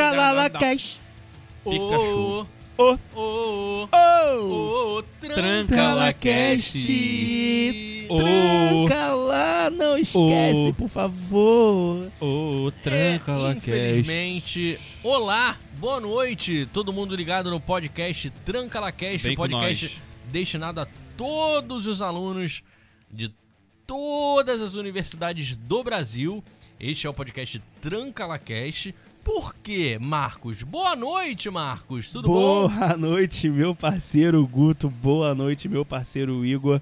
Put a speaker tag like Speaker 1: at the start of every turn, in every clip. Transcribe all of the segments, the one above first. Speaker 1: Calala Cash.
Speaker 2: Pikachu.
Speaker 1: Ô.
Speaker 2: Ô, ô,
Speaker 1: Oh!
Speaker 2: ô, ô, tranca
Speaker 1: Tranca
Speaker 2: lá,
Speaker 1: lá,
Speaker 2: cast.
Speaker 1: cast.
Speaker 2: Ô,
Speaker 1: Tranca lá, não esquece,
Speaker 2: Oh.
Speaker 1: por favor.
Speaker 2: ô,
Speaker 3: É,
Speaker 2: tranca lá,
Speaker 1: Tranca-la
Speaker 2: cast. Infelizmente.
Speaker 3: Olá, boa noite, todo mundo ligado no podcast Tranca La Cast,
Speaker 2: Vem
Speaker 3: o
Speaker 2: com
Speaker 3: podcast
Speaker 2: nós.
Speaker 3: destinado a todos os alunos de todas as universidades do Brasil. Este é o podcast Tranca La Cast. Por quê, Marcos? Boa noite, Marcos. Tudo bom?
Speaker 1: Boa noite, meu parceiro Guto. Boa noite, meu parceiro Igor.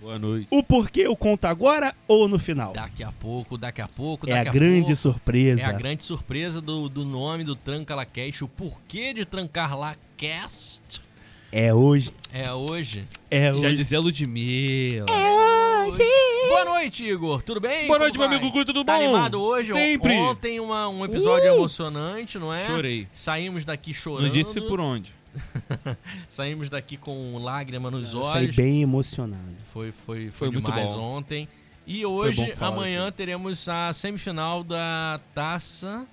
Speaker 2: Boa noite.
Speaker 1: O porquê eu conto agora ou no final?
Speaker 3: Daqui a pouco, daqui a pouco,
Speaker 1: É
Speaker 3: daqui
Speaker 1: a grande
Speaker 3: pouco.
Speaker 1: surpresa.
Speaker 3: É a grande surpresa do, do nome do Tranca La Cast, o porquê de Trancar La Cast
Speaker 1: É hoje.
Speaker 3: é hoje.
Speaker 1: É
Speaker 2: Já
Speaker 1: hoje.
Speaker 2: dizia Ludmilla.
Speaker 3: Boa noite, Igor. Tudo bem?
Speaker 2: É, Boa
Speaker 3: Como
Speaker 2: noite, meu
Speaker 3: vai?
Speaker 2: amigo Gugu, tudo bom?
Speaker 3: Tá animado hoje?
Speaker 2: Sempre.
Speaker 3: Ontem uma- um episódio
Speaker 2: Uh!
Speaker 3: emocionante, não é?
Speaker 2: Chorei.
Speaker 3: Saímos daqui chorando.
Speaker 2: Não disse por um- onje.
Speaker 3: Saímos daqui com lágrima nos
Speaker 1: Ah, Eu saí
Speaker 3: olhos.
Speaker 1: bem emocionado.
Speaker 3: Foi, foi, foi,
Speaker 2: Foi muito
Speaker 3: demais
Speaker 2: bom.
Speaker 3: ontem. E
Speaker 2: bom
Speaker 3: hoje,
Speaker 2: falar
Speaker 3: amanhã, teremos a semifinal da Taça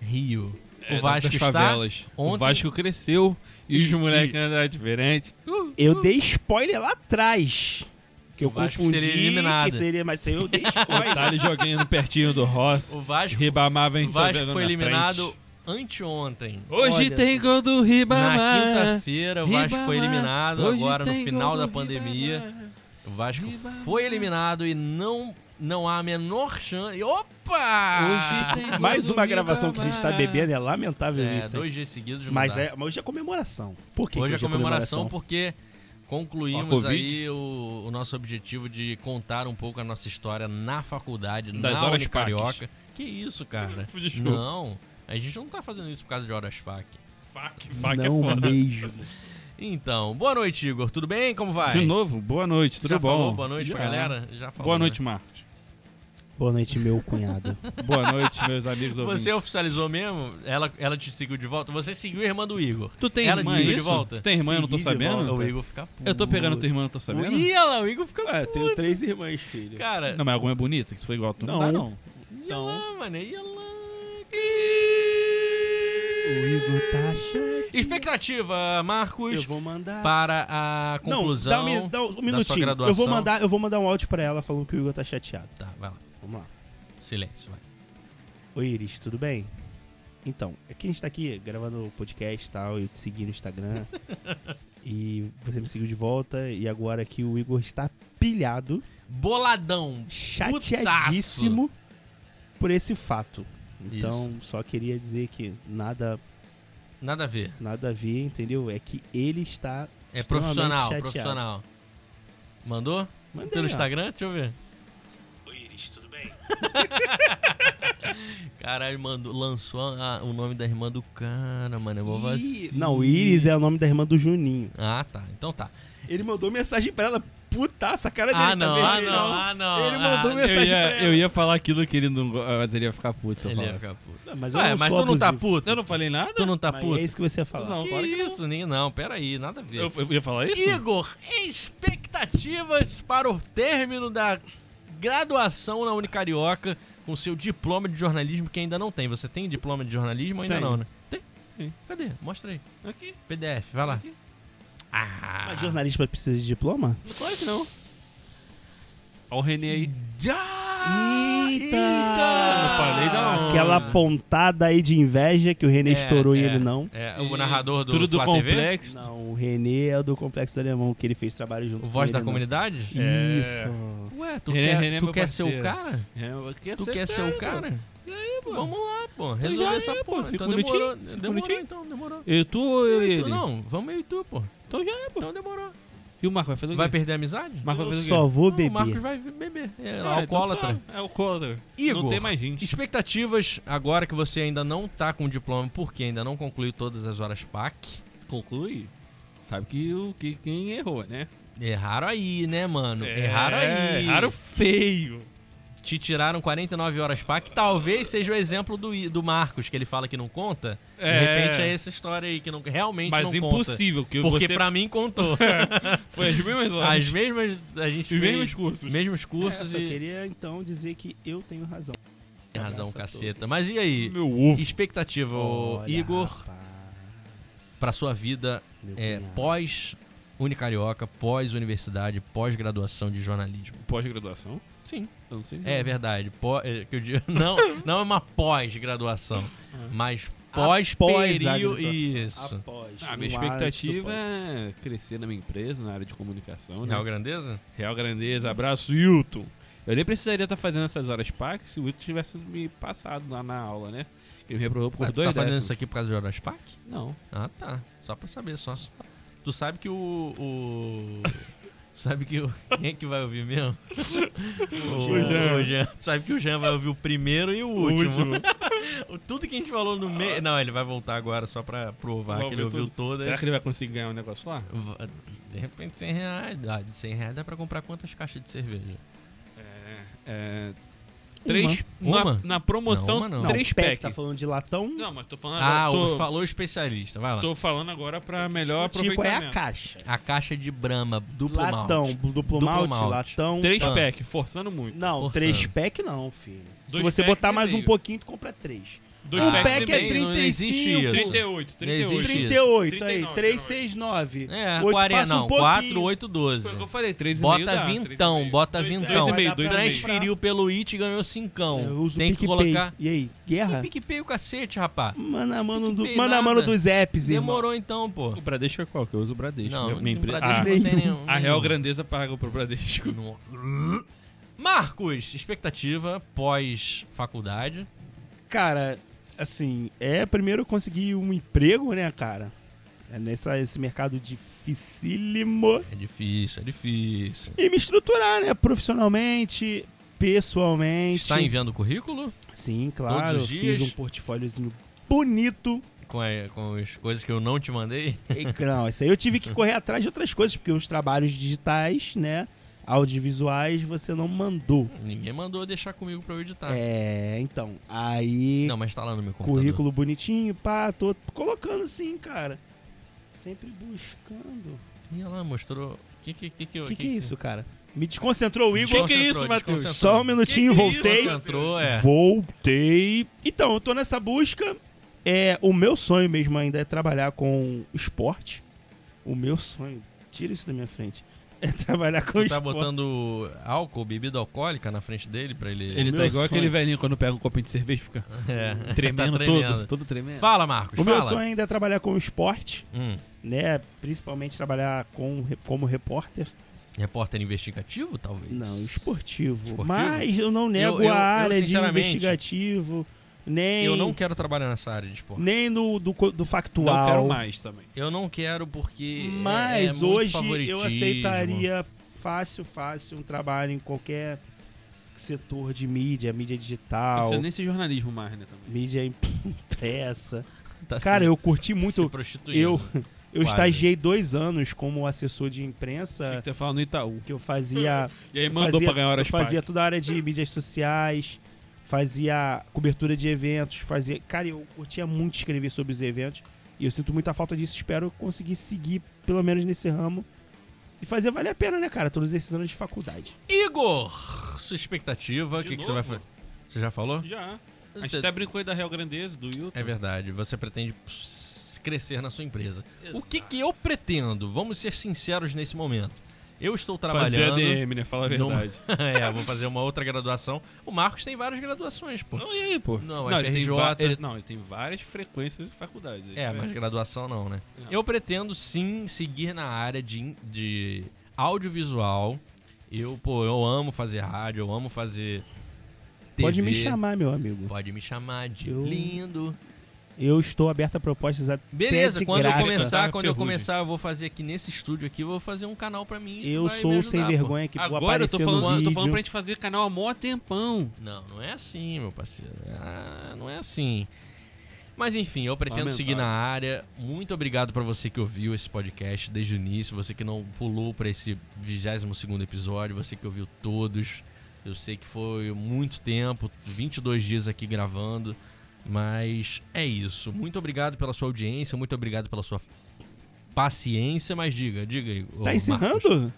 Speaker 3: Rio. o Vasco
Speaker 2: das
Speaker 3: está...
Speaker 2: É, favelas. O
Speaker 3: ontem-
Speaker 2: Vasco cresceu e os moleques andaram diferente.
Speaker 1: Eu dei spoiler lá atrás. Que eu
Speaker 3: O Vasco
Speaker 1: confundi
Speaker 3: seria eliminado.
Speaker 1: que seria, mas isso aí eu dei spoiler.
Speaker 2: Tá ali jogando pertinho do Rossi.
Speaker 3: O Vasco,
Speaker 2: Ribamar vem
Speaker 3: o Vasco
Speaker 2: jogando
Speaker 3: foi
Speaker 2: na
Speaker 3: eliminado
Speaker 2: frente.
Speaker 3: anteontem.
Speaker 2: Hoje
Speaker 1: Olha
Speaker 2: tem
Speaker 1: só.
Speaker 2: gol do Ribamar.
Speaker 3: Na quinta-feira, o Vasco foi
Speaker 2: Ribamar.
Speaker 3: eliminado
Speaker 2: Hoje
Speaker 3: agora no
Speaker 2: tem
Speaker 3: final
Speaker 2: gol
Speaker 3: da
Speaker 2: do
Speaker 3: pandemia.
Speaker 2: Ribamar.
Speaker 3: O Vasco
Speaker 2: Ribamar.
Speaker 3: foi eliminado e não, não há a menor chance. Opa! Ah.
Speaker 2: Hoje tem gol
Speaker 1: Mais
Speaker 2: do
Speaker 1: uma gravação que a gente tá
Speaker 2: Ribamar.
Speaker 1: bebendo, é lamentável
Speaker 3: É,
Speaker 1: isso. hein?
Speaker 3: dois dias seguidos. não
Speaker 1: Mas,
Speaker 3: dá.
Speaker 1: é, mas hoje é comemoração. Por que
Speaker 3: Hoje é
Speaker 1: que
Speaker 3: comemoração porque
Speaker 2: A
Speaker 3: concluímos
Speaker 2: Covid.
Speaker 3: aí o, o nosso objetivo de contar um pouco a nossa história na faculdade,
Speaker 2: Das
Speaker 3: na
Speaker 2: horas
Speaker 3: Unicarioca. Que isso, cara?
Speaker 2: Desculpa.
Speaker 3: Não, a gente não tá fazendo isso por causa de horas fac.
Speaker 2: Fac, fac é
Speaker 1: Não
Speaker 2: foda.
Speaker 1: mesmo.
Speaker 3: Então, boa noite, Igor. Tudo bem? Como vai?
Speaker 2: De novo, boa noite, tudo
Speaker 3: Já
Speaker 2: bom?
Speaker 3: falou boa noite pra
Speaker 2: Já.
Speaker 3: galera? Já falou,
Speaker 2: Boa
Speaker 3: né?
Speaker 2: noite, Marcos.
Speaker 1: Boa noite, meu cunhado.
Speaker 2: Boa noite, meus amigos ouvintes.
Speaker 3: Você é oficializou mesmo? Ela, ela te seguiu de volta? Você seguiu a irmã do Igor.
Speaker 2: Tu tem
Speaker 3: Ela
Speaker 2: irmã é
Speaker 3: desistiu
Speaker 2: isso?
Speaker 3: de volta?
Speaker 2: Tu tem irmã, eu não Tá tô
Speaker 1: Sim, de
Speaker 2: sabendo?
Speaker 1: volta.
Speaker 3: O Igor fica puto.
Speaker 2: Eu tô pegando tua irmã, eu não tô sabendo?
Speaker 3: Ih, olha lá, o Igor fica
Speaker 2: É,
Speaker 1: Ué, eu
Speaker 3: puto.
Speaker 1: tenho três irmãs, filho.
Speaker 3: Cara,
Speaker 2: Não, mas alguma é bonita, que se for igual a tu não,
Speaker 1: Não.
Speaker 2: dá, não.
Speaker 3: ia lá, mano, ia lá.
Speaker 1: O Igor tá chateado.
Speaker 3: Expectativa,
Speaker 1: Eu
Speaker 3: Marcos,
Speaker 1: vou mandar.
Speaker 3: para a
Speaker 1: Não,
Speaker 3: conclusão
Speaker 1: dá, um mi- dá um
Speaker 3: sua
Speaker 1: minutinho.
Speaker 3: graduação.
Speaker 1: Eu vou, mandar, eu vou mandar um áudio pra ela falando que o Igor tá chateado.
Speaker 3: Tá, vai lá.
Speaker 1: Vamos lá.
Speaker 3: Silêncio, vai.
Speaker 1: Oi, Iris, tudo bem? Então, aqui a gente tá aqui gravando o podcast e tal, eu te segui no Instagram. e você me seguiu de volta. E agora que o Igor está pilhado,
Speaker 3: Boladão.
Speaker 1: chateadíssimo por esse fato. Então, só queria dizer que nada,
Speaker 3: Nada a ver.
Speaker 1: nada a ver, entendeu? É que ele está.
Speaker 3: É
Speaker 1: Extremamente
Speaker 3: profissional,
Speaker 1: chateado.
Speaker 3: profissional. Mandou?
Speaker 1: Mandei,
Speaker 3: Pelo
Speaker 1: ó.
Speaker 3: Instagram? Deixa eu ver.
Speaker 1: Oi, Iris, tudo bem?
Speaker 3: Caralho, mandou, lançou a- o nome da irmã do cara, mano. Eu vou
Speaker 1: Ih,
Speaker 3: vacilar.
Speaker 1: Não, Iris é o nome da irmã do Juninho.
Speaker 3: Ah, tá. Então tá.
Speaker 1: Ele mandou mensagem pra ela. Putaça, a cara
Speaker 3: Ah, não, ah, não, ah, não.
Speaker 1: tá Ele mandou
Speaker 3: ah,
Speaker 1: mensagem.
Speaker 2: Eu ia,
Speaker 1: pra
Speaker 2: eu ia falar aquilo que ele não... go- ah, Mas ele ia ficar puto se eu
Speaker 3: Ele ia
Speaker 2: falasse.
Speaker 3: ficar puto.
Speaker 1: Mas eu
Speaker 3: Ué,
Speaker 1: não
Speaker 3: mas
Speaker 1: sou
Speaker 3: tu não tá
Speaker 1: abusivo.
Speaker 3: puto?
Speaker 2: Eu não falei nada?
Speaker 3: Tu não tá
Speaker 1: Mas
Speaker 3: puto?
Speaker 1: É isso que você ia falar.
Speaker 2: Não,
Speaker 3: que
Speaker 2: claro que não.
Speaker 3: isso, nem não. Pera aí, nada a ver.
Speaker 2: Eu, eu ia falar É isso?
Speaker 3: Igor, expectativas para o término da graduação na Unicarioca com seu diploma de jornalismo que ainda não tem. Você tem diploma de jornalismo ainda
Speaker 2: Tenho.
Speaker 3: não, né? Tem?
Speaker 2: Tem.
Speaker 3: Cadê? Mostra aí.
Speaker 2: Aqui.
Speaker 3: PDF, vai lá. Ah,
Speaker 1: Mas jornalista precisa de diploma?
Speaker 2: Claro que não. Olha o René aí.
Speaker 3: Ah,
Speaker 1: Eita!
Speaker 2: Não falei da onde.
Speaker 1: Aquela pontada aí de inveja que o René
Speaker 3: É,
Speaker 1: estourou e
Speaker 3: é,
Speaker 1: ele não.
Speaker 3: É, o narrador do
Speaker 2: Tudo do
Speaker 3: Flá TV?
Speaker 2: complexo.
Speaker 1: Não, o Renê é o do Complexo do Alemão, que ele fez trabalho junto
Speaker 3: O
Speaker 1: com
Speaker 3: Voz
Speaker 1: ele,
Speaker 3: da
Speaker 1: não.
Speaker 3: Comunidade?
Speaker 1: Isso.
Speaker 3: Ué, tu
Speaker 2: René-
Speaker 3: quer,
Speaker 2: René é
Speaker 3: tu
Speaker 2: meu
Speaker 3: quer ser o
Speaker 2: parceiro.
Speaker 3: cara?
Speaker 2: É, eu queria
Speaker 3: Tu quer ser o
Speaker 2: pô.
Speaker 3: cara?
Speaker 2: E aí, pô?
Speaker 3: Vamos lá, pô.
Speaker 2: já
Speaker 3: Resolver
Speaker 2: é,
Speaker 3: essa
Speaker 2: pô,
Speaker 3: porra.
Speaker 2: cinco
Speaker 3: Então demorou.
Speaker 2: minutinhos, cinco
Speaker 3: Demorou,
Speaker 2: minutinhos.
Speaker 3: então, demorou.
Speaker 2: Eu, tu ou eu e
Speaker 3: Tu
Speaker 2: ele?
Speaker 3: Não, vamos eu e tu, pô.
Speaker 2: Então já é, pô.
Speaker 3: Então demorou.
Speaker 2: E o Marco vai fazer o
Speaker 3: Vai
Speaker 2: quê?
Speaker 3: perder a amizade?
Speaker 2: Marco
Speaker 1: Eu
Speaker 2: vai fazer
Speaker 1: só
Speaker 2: o quê?
Speaker 1: vou
Speaker 3: Não, o Marcos
Speaker 1: beber.
Speaker 3: vai beber. É,
Speaker 2: Ah, então
Speaker 3: alcoólatra.
Speaker 2: tá. É alcoólatra.
Speaker 3: Igor.
Speaker 2: Não tem mais gente.
Speaker 3: Expectativas agora que você ainda não tá com o diploma, porque ainda não concluiu todas as horas PAC.
Speaker 2: Conclui. Sabe que, o, que quem errou, né?
Speaker 3: Erraram aí, né, mano?
Speaker 2: É,
Speaker 3: erraram aí.
Speaker 2: Erraram feio.
Speaker 3: Te tiraram 49 horas PAC. Talvez seja o exemplo do, I- do Marcos, que ele fala que não conta. De
Speaker 2: É.
Speaker 3: repente é essa história aí que não, realmente
Speaker 2: Mas
Speaker 3: não conta.
Speaker 2: impossível, que
Speaker 3: Porque
Speaker 2: você
Speaker 3: pra mim contou.
Speaker 2: foi as mesmas horas.
Speaker 3: As mesmas. A gente
Speaker 2: os
Speaker 3: fez
Speaker 2: mesmos cursos.
Speaker 3: mesmos
Speaker 1: É,
Speaker 3: cursos
Speaker 1: só
Speaker 3: e.
Speaker 1: queria então dizer que eu tenho razão.
Speaker 3: Tem razão,
Speaker 1: Abraço a
Speaker 3: caceta. Mas e aí?
Speaker 2: Meu ovo.
Speaker 3: Expectativa, ô
Speaker 1: Olha,
Speaker 3: Igor,
Speaker 1: rapaz,
Speaker 3: pra sua vida
Speaker 1: meu
Speaker 3: é,
Speaker 1: cunhado.
Speaker 3: pós Unicarioca, pós universidade, pós graduação de jornalismo.
Speaker 2: Pós-graduação? Sim. Eu não sei.
Speaker 3: É verdade. Pó, é, que eu digo, não, não é uma pós-graduação, mas
Speaker 1: Após
Speaker 3: pós período.
Speaker 1: Hum. a
Speaker 3: Isso.
Speaker 1: Após.
Speaker 2: Ah,
Speaker 1: no
Speaker 2: minha
Speaker 1: ar antes do
Speaker 2: expectativa
Speaker 1: pós.
Speaker 2: é crescer na minha empresa, na área de comunicação. né?
Speaker 3: Real Grandeza?
Speaker 2: Real Grandeza, abraço, Hilton. Eu nem precisaria estar fazendo essas horas PAC se o Hilton tivesse me passado lá na aula, né? Ele me reprovou por
Speaker 3: Ah, tu
Speaker 2: dois
Speaker 3: tá fazendo
Speaker 2: décimos.
Speaker 3: isso aqui por causa de Horas Pac?
Speaker 2: Não.
Speaker 3: Ah, tá. Só pra saber, só. Tu sabe que o. o... Sabe que o. Quem é que vai ouvir mesmo? O,
Speaker 2: Jean.
Speaker 3: o Jean. Tu Sabe que o Jean vai ouvir o primeiro e o último. Tudo que a gente falou no meio. Não, ele vai voltar agora só pra provar
Speaker 2: Vai
Speaker 3: que ele
Speaker 2: ouvir
Speaker 3: ouviu todas.
Speaker 2: Será que ele vai conseguir ganhar um negócio lá?
Speaker 3: Va- De repente, 100 reais. Ah, de 100 reais dá pra comprar quantas caixas de cerveja?
Speaker 2: É. é, Três.
Speaker 3: Uma?
Speaker 2: Na,
Speaker 3: Uma?
Speaker 2: na promoção,
Speaker 3: Não, uma não.
Speaker 1: Não,
Speaker 2: três
Speaker 1: o Peck
Speaker 2: packs.
Speaker 1: tá falando de latão.
Speaker 2: Não, mas tô falando
Speaker 3: Ah,
Speaker 2: agora.
Speaker 3: o-
Speaker 2: tô,
Speaker 3: falou o especialista. Vai lá.
Speaker 2: tô falando agora pra melhor
Speaker 1: Tico é a
Speaker 2: aproveitamento.
Speaker 1: caixa.
Speaker 3: A caixa de Brahma, duplo
Speaker 1: Latão,
Speaker 3: malte.
Speaker 1: duplo,
Speaker 3: Duplo
Speaker 1: malte,
Speaker 3: malte.
Speaker 1: latão.
Speaker 2: Três
Speaker 3: Ah.
Speaker 2: pack, forçando muito.
Speaker 1: Não,
Speaker 3: Forçando.
Speaker 1: três pack não, filho. Se
Speaker 2: Dois
Speaker 1: você
Speaker 2: packs
Speaker 1: botar
Speaker 2: e
Speaker 1: mais um
Speaker 2: meio.
Speaker 1: pouquinho, tu compra três.
Speaker 2: Dois
Speaker 3: Um
Speaker 1: o
Speaker 2: packs
Speaker 1: pack
Speaker 2: e
Speaker 1: é
Speaker 2: meio.
Speaker 3: não existe
Speaker 1: 35,
Speaker 3: isso.
Speaker 2: 38,
Speaker 3: existe.
Speaker 2: 38.
Speaker 1: 38, aí,
Speaker 2: 39,
Speaker 1: 3, 6, 9.
Speaker 3: É,
Speaker 1: Oito,
Speaker 3: 40,
Speaker 1: passa um
Speaker 3: não. 4,
Speaker 1: pouquinho.
Speaker 3: 8, 12.
Speaker 2: Foi o que eu falei, 3,5
Speaker 3: Bota
Speaker 2: dá,
Speaker 3: vintão,
Speaker 2: 3,5.
Speaker 3: bota então.
Speaker 2: Dois-
Speaker 3: vintão.
Speaker 2: dois e meio, dois e meio.
Speaker 3: Transferiu pelo IT e ganhou
Speaker 1: É, Eu
Speaker 3: cincão.
Speaker 1: uso
Speaker 3: Tem
Speaker 1: o
Speaker 3: que
Speaker 1: PicPay.
Speaker 3: colocar.
Speaker 1: E aí, guerra?
Speaker 3: PicPay o cacete, rapaz.
Speaker 1: Mano a mano, do,
Speaker 3: PicPay
Speaker 1: mano, a mano
Speaker 3: nada.
Speaker 1: dos apps, irmão.
Speaker 3: Demorou então, pô.
Speaker 2: O Bradesco é qual? Que eu uso o Bradesco.
Speaker 3: Não,
Speaker 2: minha, minha
Speaker 3: o
Speaker 2: empresa.
Speaker 3: Bradesco é
Speaker 2: Ah,
Speaker 3: não tem
Speaker 1: nenhum.
Speaker 3: nenhum.
Speaker 2: A Real
Speaker 3: nenhum.
Speaker 2: Grandeza paga pro Bradesco.
Speaker 3: No- Marcos, expectativa pós-faculdade.
Speaker 1: Cara, assim, é primeiro eu consegui um emprego, né, cara? É nessa, esse mercado dificílimo.
Speaker 3: É difícil, é difícil.
Speaker 1: E me estruturar, né? Profissionalmente, pessoalmente.
Speaker 3: Está tá enviando currículo
Speaker 1: Sim, claro.
Speaker 3: Todos os dias?
Speaker 1: Fiz um portfóliozinho bonito.
Speaker 3: com, a- com as coisas que eu não te mandei?
Speaker 1: E, não, isso aí eu tive que correr atrás de outras coisas, porque os trabalhos digitais, né? Audiovisuais, você não mandou.
Speaker 3: Ninguém mandou deixar comigo pra eu editar.
Speaker 1: É, então. Aí,
Speaker 3: Não, mas tá lá no meu computador.
Speaker 1: currículo bonitinho, pá, tô colocando sim, cara. Sempre buscando.
Speaker 3: E ela mostrou. Que que, que, que,
Speaker 1: O que, que é isso, cara? Me desconcentrou o Igor.
Speaker 2: Que que é isso, Matheus?
Speaker 1: Só um minutinho,
Speaker 2: Que que é isso,
Speaker 1: voltei.
Speaker 2: cara?
Speaker 3: Entrou, é.
Speaker 1: Voltei. Então, eu tô nessa busca. É, o meu sonho mesmo ainda é trabalhar com esporte. O meu sonho, tira isso da minha frente. É trabalhar com
Speaker 3: Tu tá
Speaker 1: esporte.
Speaker 3: botando álcool, bebida alcoólica na frente dele pra ele.
Speaker 2: Ele
Speaker 1: Meu
Speaker 2: tá igual
Speaker 1: sonho.
Speaker 2: aquele velhinho quando pega um copinho de cerveja e fica
Speaker 3: É.
Speaker 2: tremendo,
Speaker 3: Tá
Speaker 2: todo, todo tremendo.
Speaker 3: Fala, Marcos.
Speaker 1: O
Speaker 3: fala.
Speaker 1: meu sonho ainda é trabalhar com esporte,
Speaker 3: Hum,
Speaker 1: né? Principalmente trabalhar com, como repórter.
Speaker 3: repórter investigativo, talvez?
Speaker 1: Não, esportivo.
Speaker 3: Esportivo?
Speaker 1: Mas eu não nego
Speaker 3: Eu- eu- eu,
Speaker 1: a área de
Speaker 3: sinceramente,
Speaker 1: investigativo, nem,
Speaker 3: Eu não quero trabalhar nessa área de esporte.
Speaker 1: nem no, do, co- do factual.
Speaker 2: Não quero mais também.
Speaker 3: Eu não quero porque. é- é
Speaker 1: Mas
Speaker 3: muito
Speaker 1: hoje eu
Speaker 3: favoritismo.
Speaker 1: aceitaria fácil, fácil um trabalho em qualquer setor de mídia, mídia digital,
Speaker 2: Precisa nem ser jornalismo mais, né? Também.
Speaker 1: mídia impressa.
Speaker 3: Tá
Speaker 1: Cara,
Speaker 3: se-
Speaker 1: eu curti
Speaker 3: se
Speaker 1: muito.
Speaker 3: prostituindo.
Speaker 1: Eu, eu
Speaker 3: tá Quase.
Speaker 1: estagiei dois anos como assessor de
Speaker 2: Tinha
Speaker 1: imprensa,
Speaker 2: que ter falado no Itaú.
Speaker 1: que eu fazia.
Speaker 2: E aí
Speaker 1: eu
Speaker 2: mandou
Speaker 1: fazia,
Speaker 2: pra ganhar horas
Speaker 1: eu fazia
Speaker 2: pagas.
Speaker 1: toda a área de mídias sociais, fazia cobertura de eventos, fazia. Cara, eu curtia muito escrever sobre os eventos. E eu sinto muita falta disso. Espero conseguir seguir, pelo menos nesse ramo. E fazer valer a pena, né, cara? Todos esses anos de faculdade.
Speaker 3: Igor, sua expectativa. O
Speaker 2: De
Speaker 3: que, que você vai
Speaker 2: novo?
Speaker 3: fazer? Você já falou?
Speaker 2: Já. A gente até brincou aí da Real Grandeza, do Hilton.
Speaker 3: É verdade. Você pretende s- crescer na sua empresa. O que, que eu pretendo? Vamos ser sinceros nesse momento. Eu estou
Speaker 1: tá
Speaker 2: Fazer
Speaker 3: trabalhando.
Speaker 2: ADM, né? Fala a
Speaker 3: numa-
Speaker 2: verdade.
Speaker 3: é, vou fazer uma outra graduação. O Marcos tem várias graduações, pô.
Speaker 2: Não, e aí, pô?
Speaker 3: Não,
Speaker 2: ele tem,
Speaker 3: FRJ.
Speaker 2: va- ele- não, ele tem várias frequências de faculdades.
Speaker 3: É, mas graduação não, né?
Speaker 2: Não.
Speaker 3: Eu pretendo sim seguir na área de, in- de audiovisual. Eu, pô, eu amo fazer rádio, eu amo fazer. TV.
Speaker 1: Pode me chamar, meu amigo.
Speaker 3: Pode me chamar de
Speaker 1: Eu-
Speaker 3: lindo.
Speaker 1: Eu estou aberto a propostas até
Speaker 3: Beleza,
Speaker 1: de
Speaker 3: quando
Speaker 1: graça.
Speaker 3: eu começar,
Speaker 2: Ferrugem.
Speaker 3: quando eu começar, eu vou fazer aqui nesse estúdio aqui, eu vou fazer um canal pra mim. e tu
Speaker 1: Eu
Speaker 3: vai me
Speaker 1: sou o sem
Speaker 3: ajudar, pô.
Speaker 1: vergonha que vou
Speaker 2: Agora eu tô
Speaker 1: aparecer no
Speaker 2: falando, eu tô
Speaker 1: vídeo.
Speaker 2: falando pra gente fazer canal há mó tempão.
Speaker 3: Não, não é assim, meu parceiro. Ah, não é assim. Mas enfim, eu pretendo
Speaker 2: Lamentável.
Speaker 3: seguir na área. Muito obrigado pra você que ouviu esse podcast desde o início, você que não pulou pra esse 22º episódio, você que ouviu todos. Eu sei que foi muito tempo, 22 dias aqui gravando, mas é isso. Muito obrigado pela sua audiência, muito obrigado pela sua paciência, mas diga, diga aí. ô
Speaker 1: Tá
Speaker 3: Marcos.
Speaker 1: encerrando?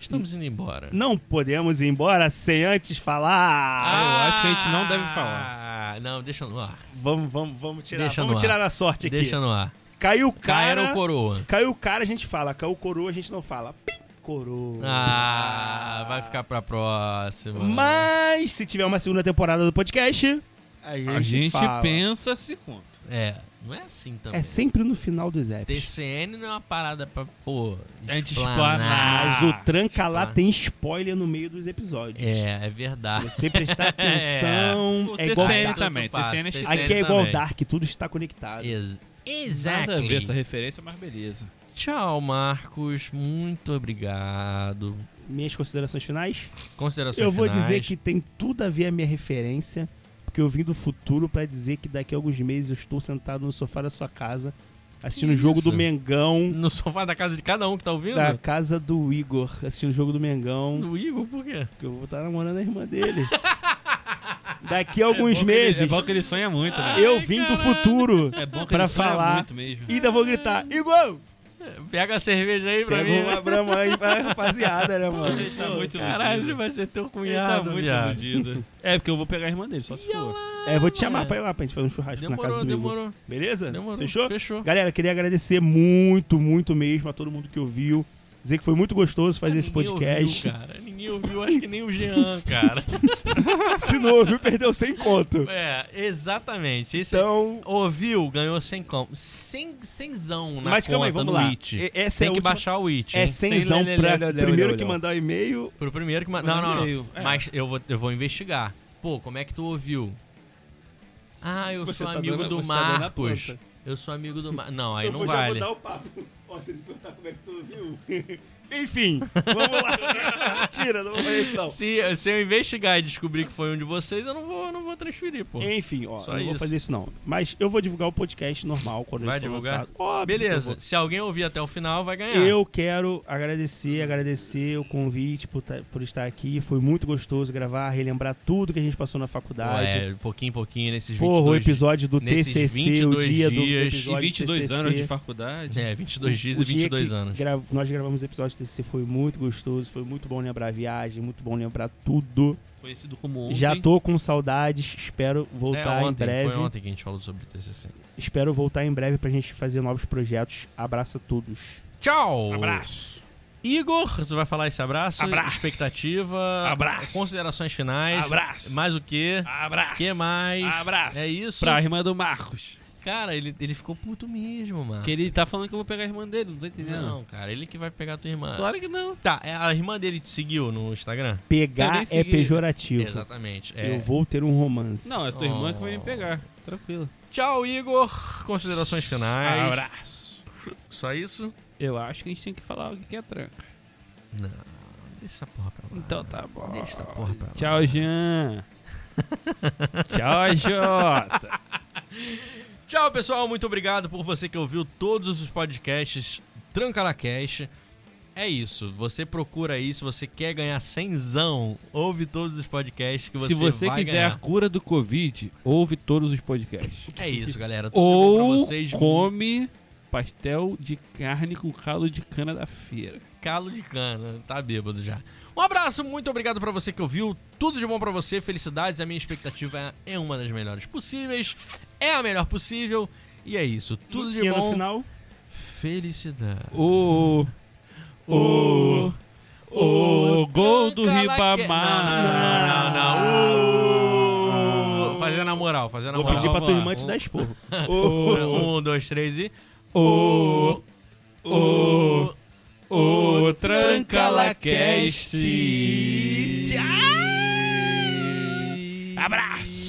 Speaker 3: Estamos indo embora.
Speaker 1: Não podemos ir embora sem antes falar.
Speaker 2: eu acho que a gente não deve
Speaker 3: Ah, Não, deixa no ar.
Speaker 1: Vamos, vamos, vamos tirar,
Speaker 3: Deixa no
Speaker 1: vamos
Speaker 3: ar.
Speaker 1: tirar na sorte aqui.
Speaker 3: Deixa no ar.
Speaker 1: Caiu o
Speaker 3: Cair ou
Speaker 1: cara,
Speaker 3: coroa?
Speaker 1: caiu o cara a gente fala, caiu o coroa a gente não fala. Pim, coroa.
Speaker 3: Ah, vai ficar pra próxima.
Speaker 1: Mas se tiver uma segunda temporada do podcast, a gente,
Speaker 2: A gente
Speaker 1: fala.
Speaker 2: pensa assim, se conta.
Speaker 3: É, não é assim também.
Speaker 1: É sempre no final dos apps.
Speaker 3: TCN não é uma parada pra, pô,
Speaker 2: A gente
Speaker 3: explanar.
Speaker 2: explanar.
Speaker 1: Mas o Tranca lá
Speaker 3: explanar.
Speaker 1: tem spoiler no meio dos episódios.
Speaker 3: É, é
Speaker 1: Se
Speaker 3: verdade.
Speaker 1: você prestar atenção,
Speaker 2: O
Speaker 1: é, igual
Speaker 2: TCN
Speaker 1: Dark.
Speaker 2: também,
Speaker 3: Tanto faz,
Speaker 2: TCN é
Speaker 1: Aqui é igual
Speaker 3: também. É.
Speaker 1: Dark, tudo está conectado.
Speaker 3: Ex
Speaker 2: Nada a ver essa
Speaker 3: exactly.
Speaker 2: referência, mas beleza.
Speaker 3: Tchau, Marcos. Muito obrigado.
Speaker 1: Minhas considerações finais?
Speaker 3: Considerações
Speaker 1: Eu vou
Speaker 3: finais.
Speaker 1: dizer que tem tudo a ver a minha referência, porque eu vim do futuro pra dizer que daqui a alguns meses eu estou sentado no sofá da sua casa, assistindo o jogo
Speaker 3: Isso.
Speaker 1: do Mengão,
Speaker 3: No sofá da casa de cada um que tá ouvindo?
Speaker 1: da casa do Igor, assistindo o jogo do Mengão.
Speaker 3: Do Igor, por quê?
Speaker 1: Porque eu vou estar namorando a irmã dele. Daqui
Speaker 2: É
Speaker 1: a
Speaker 2: bom
Speaker 1: alguns
Speaker 2: que ele-
Speaker 1: meses,
Speaker 2: é bom que ele sonha muito, né?
Speaker 1: eu vim do futuro
Speaker 2: É bom que
Speaker 1: pra
Speaker 2: ele sonha
Speaker 1: falar.
Speaker 2: muito mesmo.
Speaker 1: e ainda vou gritar, igual!
Speaker 3: Pega a cerveja aí pra
Speaker 1: Pega
Speaker 3: mim. né?
Speaker 1: uma pra mãe, pra rapaziada, né, mano?
Speaker 2: Ele tá muito
Speaker 3: Caralho, ele
Speaker 2: iludido.
Speaker 3: vai ser teu
Speaker 2: Ele tá
Speaker 3: cunhado,
Speaker 2: muito
Speaker 3: viado.
Speaker 2: iludido. É, porque eu vou pegar a irmã dele, só se for.
Speaker 1: É, vou te chamar pra ir lá pra gente fazer um churrasco na
Speaker 3: Demorou,
Speaker 1: casa do Igor.
Speaker 3: demorou,
Speaker 1: Beleza?
Speaker 3: demorou.
Speaker 1: Fechou?
Speaker 3: Fechou.
Speaker 1: Galera, queria agradecer muito, muito mesmo a todo mundo que ouviu. Dizer que foi muito gostoso fazer esse
Speaker 3: Ninguém
Speaker 1: podcast.
Speaker 3: Ouviu, cara. Ninguém ouviu, acho que nem o Jean, cara.
Speaker 1: Se não ouviu, perdeu sem conto.
Speaker 3: É, exatamente. Esse
Speaker 1: Então.
Speaker 3: ouviu, ganhou sem como. Sem, semzão na
Speaker 1: Mas
Speaker 3: conta
Speaker 1: calma aí, vamos
Speaker 3: no
Speaker 1: lá.
Speaker 3: It.
Speaker 1: E- Essa
Speaker 3: Tem
Speaker 1: é a
Speaker 3: que
Speaker 1: última...
Speaker 3: baixar o It,
Speaker 1: É
Speaker 3: hein?
Speaker 1: cenzão
Speaker 2: Sem lelé,
Speaker 1: pra
Speaker 2: lelé, lelé,
Speaker 1: primeiro
Speaker 2: lelé,
Speaker 1: que
Speaker 2: lelé.
Speaker 1: mandar o e-mail.
Speaker 3: Pro primeiro que... ma-
Speaker 2: Mas
Speaker 3: Não,
Speaker 2: não
Speaker 3: não, não.
Speaker 2: veio. É.
Speaker 3: Mas eu vou, eu vou investigar. Pô, como é que tu ouviu? Ah, eu
Speaker 1: Você
Speaker 3: sou
Speaker 1: tá
Speaker 3: amigo
Speaker 1: dando-
Speaker 3: do
Speaker 1: você tá dando a
Speaker 3: Marcos.
Speaker 1: planta.
Speaker 3: eu sou amigo do Marcos. Não, aí
Speaker 1: eu
Speaker 3: não
Speaker 1: vou já
Speaker 3: vale.
Speaker 1: mudar o papo. Ó, se ele perguntar como é que tu ouviu. Enfim, vamos lá. Tira, não vou fazer isso não.
Speaker 3: Se, se eu investigar e descobrir que foi um de vocês, eu não vou, eu não vou transferir, pô.
Speaker 1: Enfim, ó,
Speaker 3: Só
Speaker 1: eu não vou
Speaker 3: isso.
Speaker 1: fazer isso não. Mas eu vou divulgar o podcast normal quando
Speaker 3: Vai
Speaker 1: ele for
Speaker 3: divulgar?
Speaker 1: lançado. Óbvio que eu vou.
Speaker 3: Beleza, se alguém ouvir até o final, vai ganhar.
Speaker 1: Tá Eu quero agradecer, agradecer o convite por, ta- por estar aqui. Foi muito gostoso gravar, relembrar tudo que a gente passou na
Speaker 3: Pô,
Speaker 1: faculdade.
Speaker 3: é, pouquinho em pouquinho nesses 22
Speaker 1: Porra, o episódio do
Speaker 3: nesses
Speaker 1: TCC, o
Speaker 3: 22
Speaker 1: dia do
Speaker 3: dias
Speaker 2: E
Speaker 1: episódio
Speaker 2: 22
Speaker 1: TCC.
Speaker 2: anos de faculdade.
Speaker 3: É, 22 dias e
Speaker 1: O dia
Speaker 3: 22
Speaker 1: que
Speaker 3: anos.
Speaker 1: gra- Nós gravamos o episódio do TCC, foi muito gostoso, foi muito bom lembrar a viagem, muito bom lembrar tudo.
Speaker 2: Conhecido como ontem.
Speaker 1: Já tô com saudades, espero voltar
Speaker 3: É,
Speaker 1: em
Speaker 3: ontem,
Speaker 1: breve.
Speaker 3: Foi ontem que a gente falou sobre o TCC.
Speaker 1: Espero voltar em breve pra gente fazer novos projetos. Abraço a todos.
Speaker 3: Tchau!
Speaker 2: Abraço.
Speaker 3: Igor, tu vai falar esse abraço?
Speaker 2: Abraço.
Speaker 3: Expectativa.
Speaker 2: Abraço.
Speaker 3: Considerações finais.
Speaker 2: Abraço.
Speaker 3: Mais o quê?
Speaker 2: Abraço.
Speaker 3: que mais?
Speaker 2: Abraço.
Speaker 3: É isso.
Speaker 2: Pra irmã do Marcos.
Speaker 3: Cara, ele, ele ficou puto mesmo, mano.
Speaker 2: Que ele tá falando que eu vou pegar a irmã dele, não tô entendendo.
Speaker 3: Não, cara, ele que vai pegar tua irmã.
Speaker 2: Claro que não.
Speaker 3: Tá, é, a irmã dele te seguiu no Instagram?
Speaker 2: Eu
Speaker 1: Pegar
Speaker 2: nem
Speaker 1: é
Speaker 2: segui.
Speaker 1: pejorativo.
Speaker 3: Exatamente. é.
Speaker 1: Eu vou ter um romance.
Speaker 2: Não, é tua irmã que vai
Speaker 3: Oh.
Speaker 2: me pegar. Tranquilo.
Speaker 3: Tchau, Igor. Considerações finais.
Speaker 2: Abraço.
Speaker 3: Só isso?
Speaker 2: Eu acho que a gente tem que falar o que que é tranca.
Speaker 3: Não. Deixa essa porra pra lá.
Speaker 2: Então tá bom.
Speaker 3: Deixa essa porra pra lá.
Speaker 2: Tchau, Jean. Tchau, Jota.
Speaker 3: Tchau, pessoal. Muito obrigado por você que ouviu todos os podcasts Tranca na Cash. É isso. Você procura aí se você quer ganhar cenzão. Ouve todos os podcasts que você
Speaker 2: Se você
Speaker 3: vai
Speaker 2: quiser a
Speaker 3: ganhar.
Speaker 2: cura do Covid, ouve todos os podcasts.
Speaker 3: É isso, galera. Tudo de bom
Speaker 2: Ou
Speaker 3: pra vocês.
Speaker 2: come pastel de carne com caldo de cana da feira.
Speaker 3: Calo de cana. Tá bêbado já. Um abraço. Muito obrigado pra você que ouviu. Tudo de bom pra você. Felicidades. A minha expectativa é uma das melhores possíveis. É a melhor possível. E é isso. Tudo de
Speaker 1: Musiquinha
Speaker 3: bom.
Speaker 1: no final.
Speaker 3: Felicidade.
Speaker 2: O o o gol do
Speaker 3: Calaque- Não,
Speaker 2: Ribamar.
Speaker 3: não, não, não. Uh, fazendo a moral, fazendo a
Speaker 1: Vou
Speaker 3: moral.
Speaker 1: pedir pra
Speaker 2: vamos
Speaker 1: tua
Speaker 2: lá.
Speaker 1: irmã te dar esporro.
Speaker 3: Um, dois, três e.
Speaker 2: O o o Trancalacast.
Speaker 1: Tchau!
Speaker 2: Abraço.